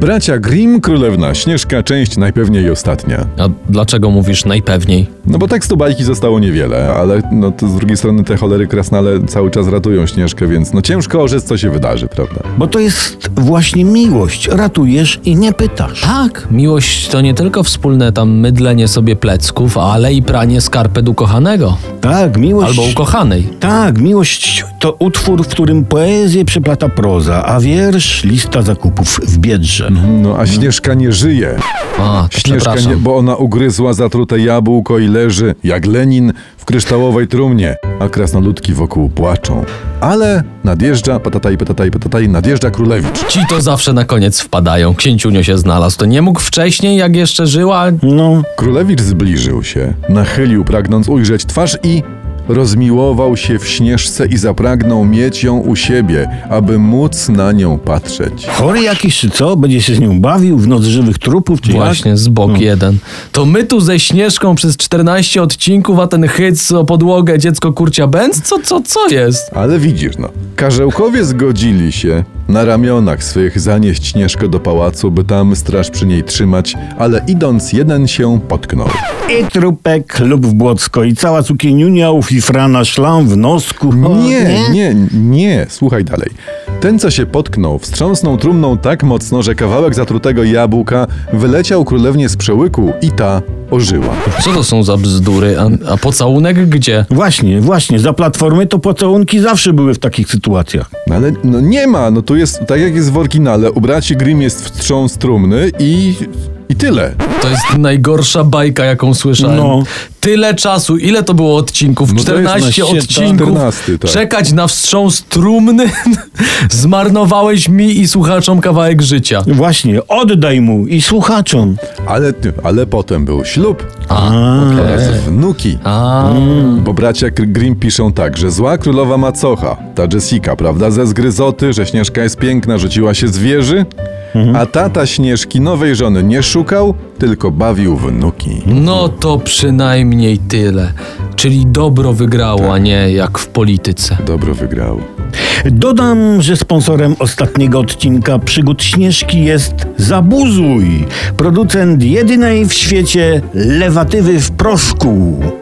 Bracia Grimm, Królewna Śnieżka, część najpewniej ostatnia. A dlaczego mówisz najpewniej? No bo tekstu bajki zostało niewiele, ale no to z drugiej strony te cholery krasnale cały czas ratują Śnieżkę, więc no ciężko orzec co się wydarzy, prawda? Bo to jest właśnie miłość. Ratujesz i nie pytasz. Tak, miłość to nie tylko wspólne tam mydlenie sobie plecków, ale i pranie skarpet ukochanego Tak, miłość. albo ukochanej. Tak, miłość to utwór, w którym poezję przeplata proza, a wiersz lista zakupów w biedrze. Mhm. No a Śnieżka nie żyje. A, to Śnieżka nie, przepraszam. bo ona ugryzła zatrute jabłko i leży, jak Lenin, w kryształowej trumnie, a krasnoludki wokół płaczą. Ale nadjeżdża, patataj, patataj, patataj, nadjeżdża królewicz. Ci to zawsze na koniec wpadają. Księciunio się znalazł. To nie mógł wcześniej, jak jeszcze żyła. Tak? No, Królewicz zbliżył się, nachylił, pragnąc ujrzeć twarz i rozmiłował się w śnieżce i zapragnął mieć ją u siebie, aby móc na nią patrzeć. chory jakiś czy co? Będzie się z nią bawił w noc żywych trupów czy jak? Właśnie, z bok No. jeden. To my tu ze Śnieżką przez 14 odcinków, a ten hyc o podłogę dziecko kurcia bęc? Co, co, co jest? Ale widzisz no, karzełkowie zgodzili się na ramionach swych zanieść Śnieżkę do pałacu, by tam straż przy niej trzymać, ale idąc jeden się potknął. I trupek lub w błocko i cała cukieniunia ufifrana szlam w nosku. Nie, nie, nie, słuchaj dalej. Ten, co się potknął, wstrząsnął trumną tak mocno, że kawałek zatrutego jabłka wyleciał królewnie z przełyku i ta ożyła. Co to są za bzdury? A, a pocałunek gdzie? Właśnie, właśnie, za platformy to pocałunki zawsze były w takich sytuacjach. No ale no nie ma, no tu jest, tak jak jest w oryginale, u braci Grimm jest wstrząs trumny i... i tyle. To jest najgorsza bajka, jaką słyszałem. No. Tyle czasu, ile to było odcinków? No to jest na 14 siedem- odcinków. 14, tak. Czekać na wstrząs trumny. Zmarnowałeś mi i słuchaczom kawałek życia. Właśnie, oddaj mu i słuchaczom. Ale, ale potem był ślub A, oraz wnuki. Mm. a, Bo bracia Kr- Grimm piszą tak, że zła królowa macocha, ta Jessica, prawda, ze zgryzoty, że Śnieżka jest piękna, rzuciła się z wieży, Mhm. a tata Śnieżki nowej żony nie szukał, tylko bawił wnuki. no to przynajmniej tyle. Czyli dobro Tak. wygrało, a nie jak w polityce. Dobro wygrał. Dodam, że sponsorem ostatniego odcinka Przygód Śnieżki jest Zabuzuj, producent jedynej w świecie lewatywy w proszku.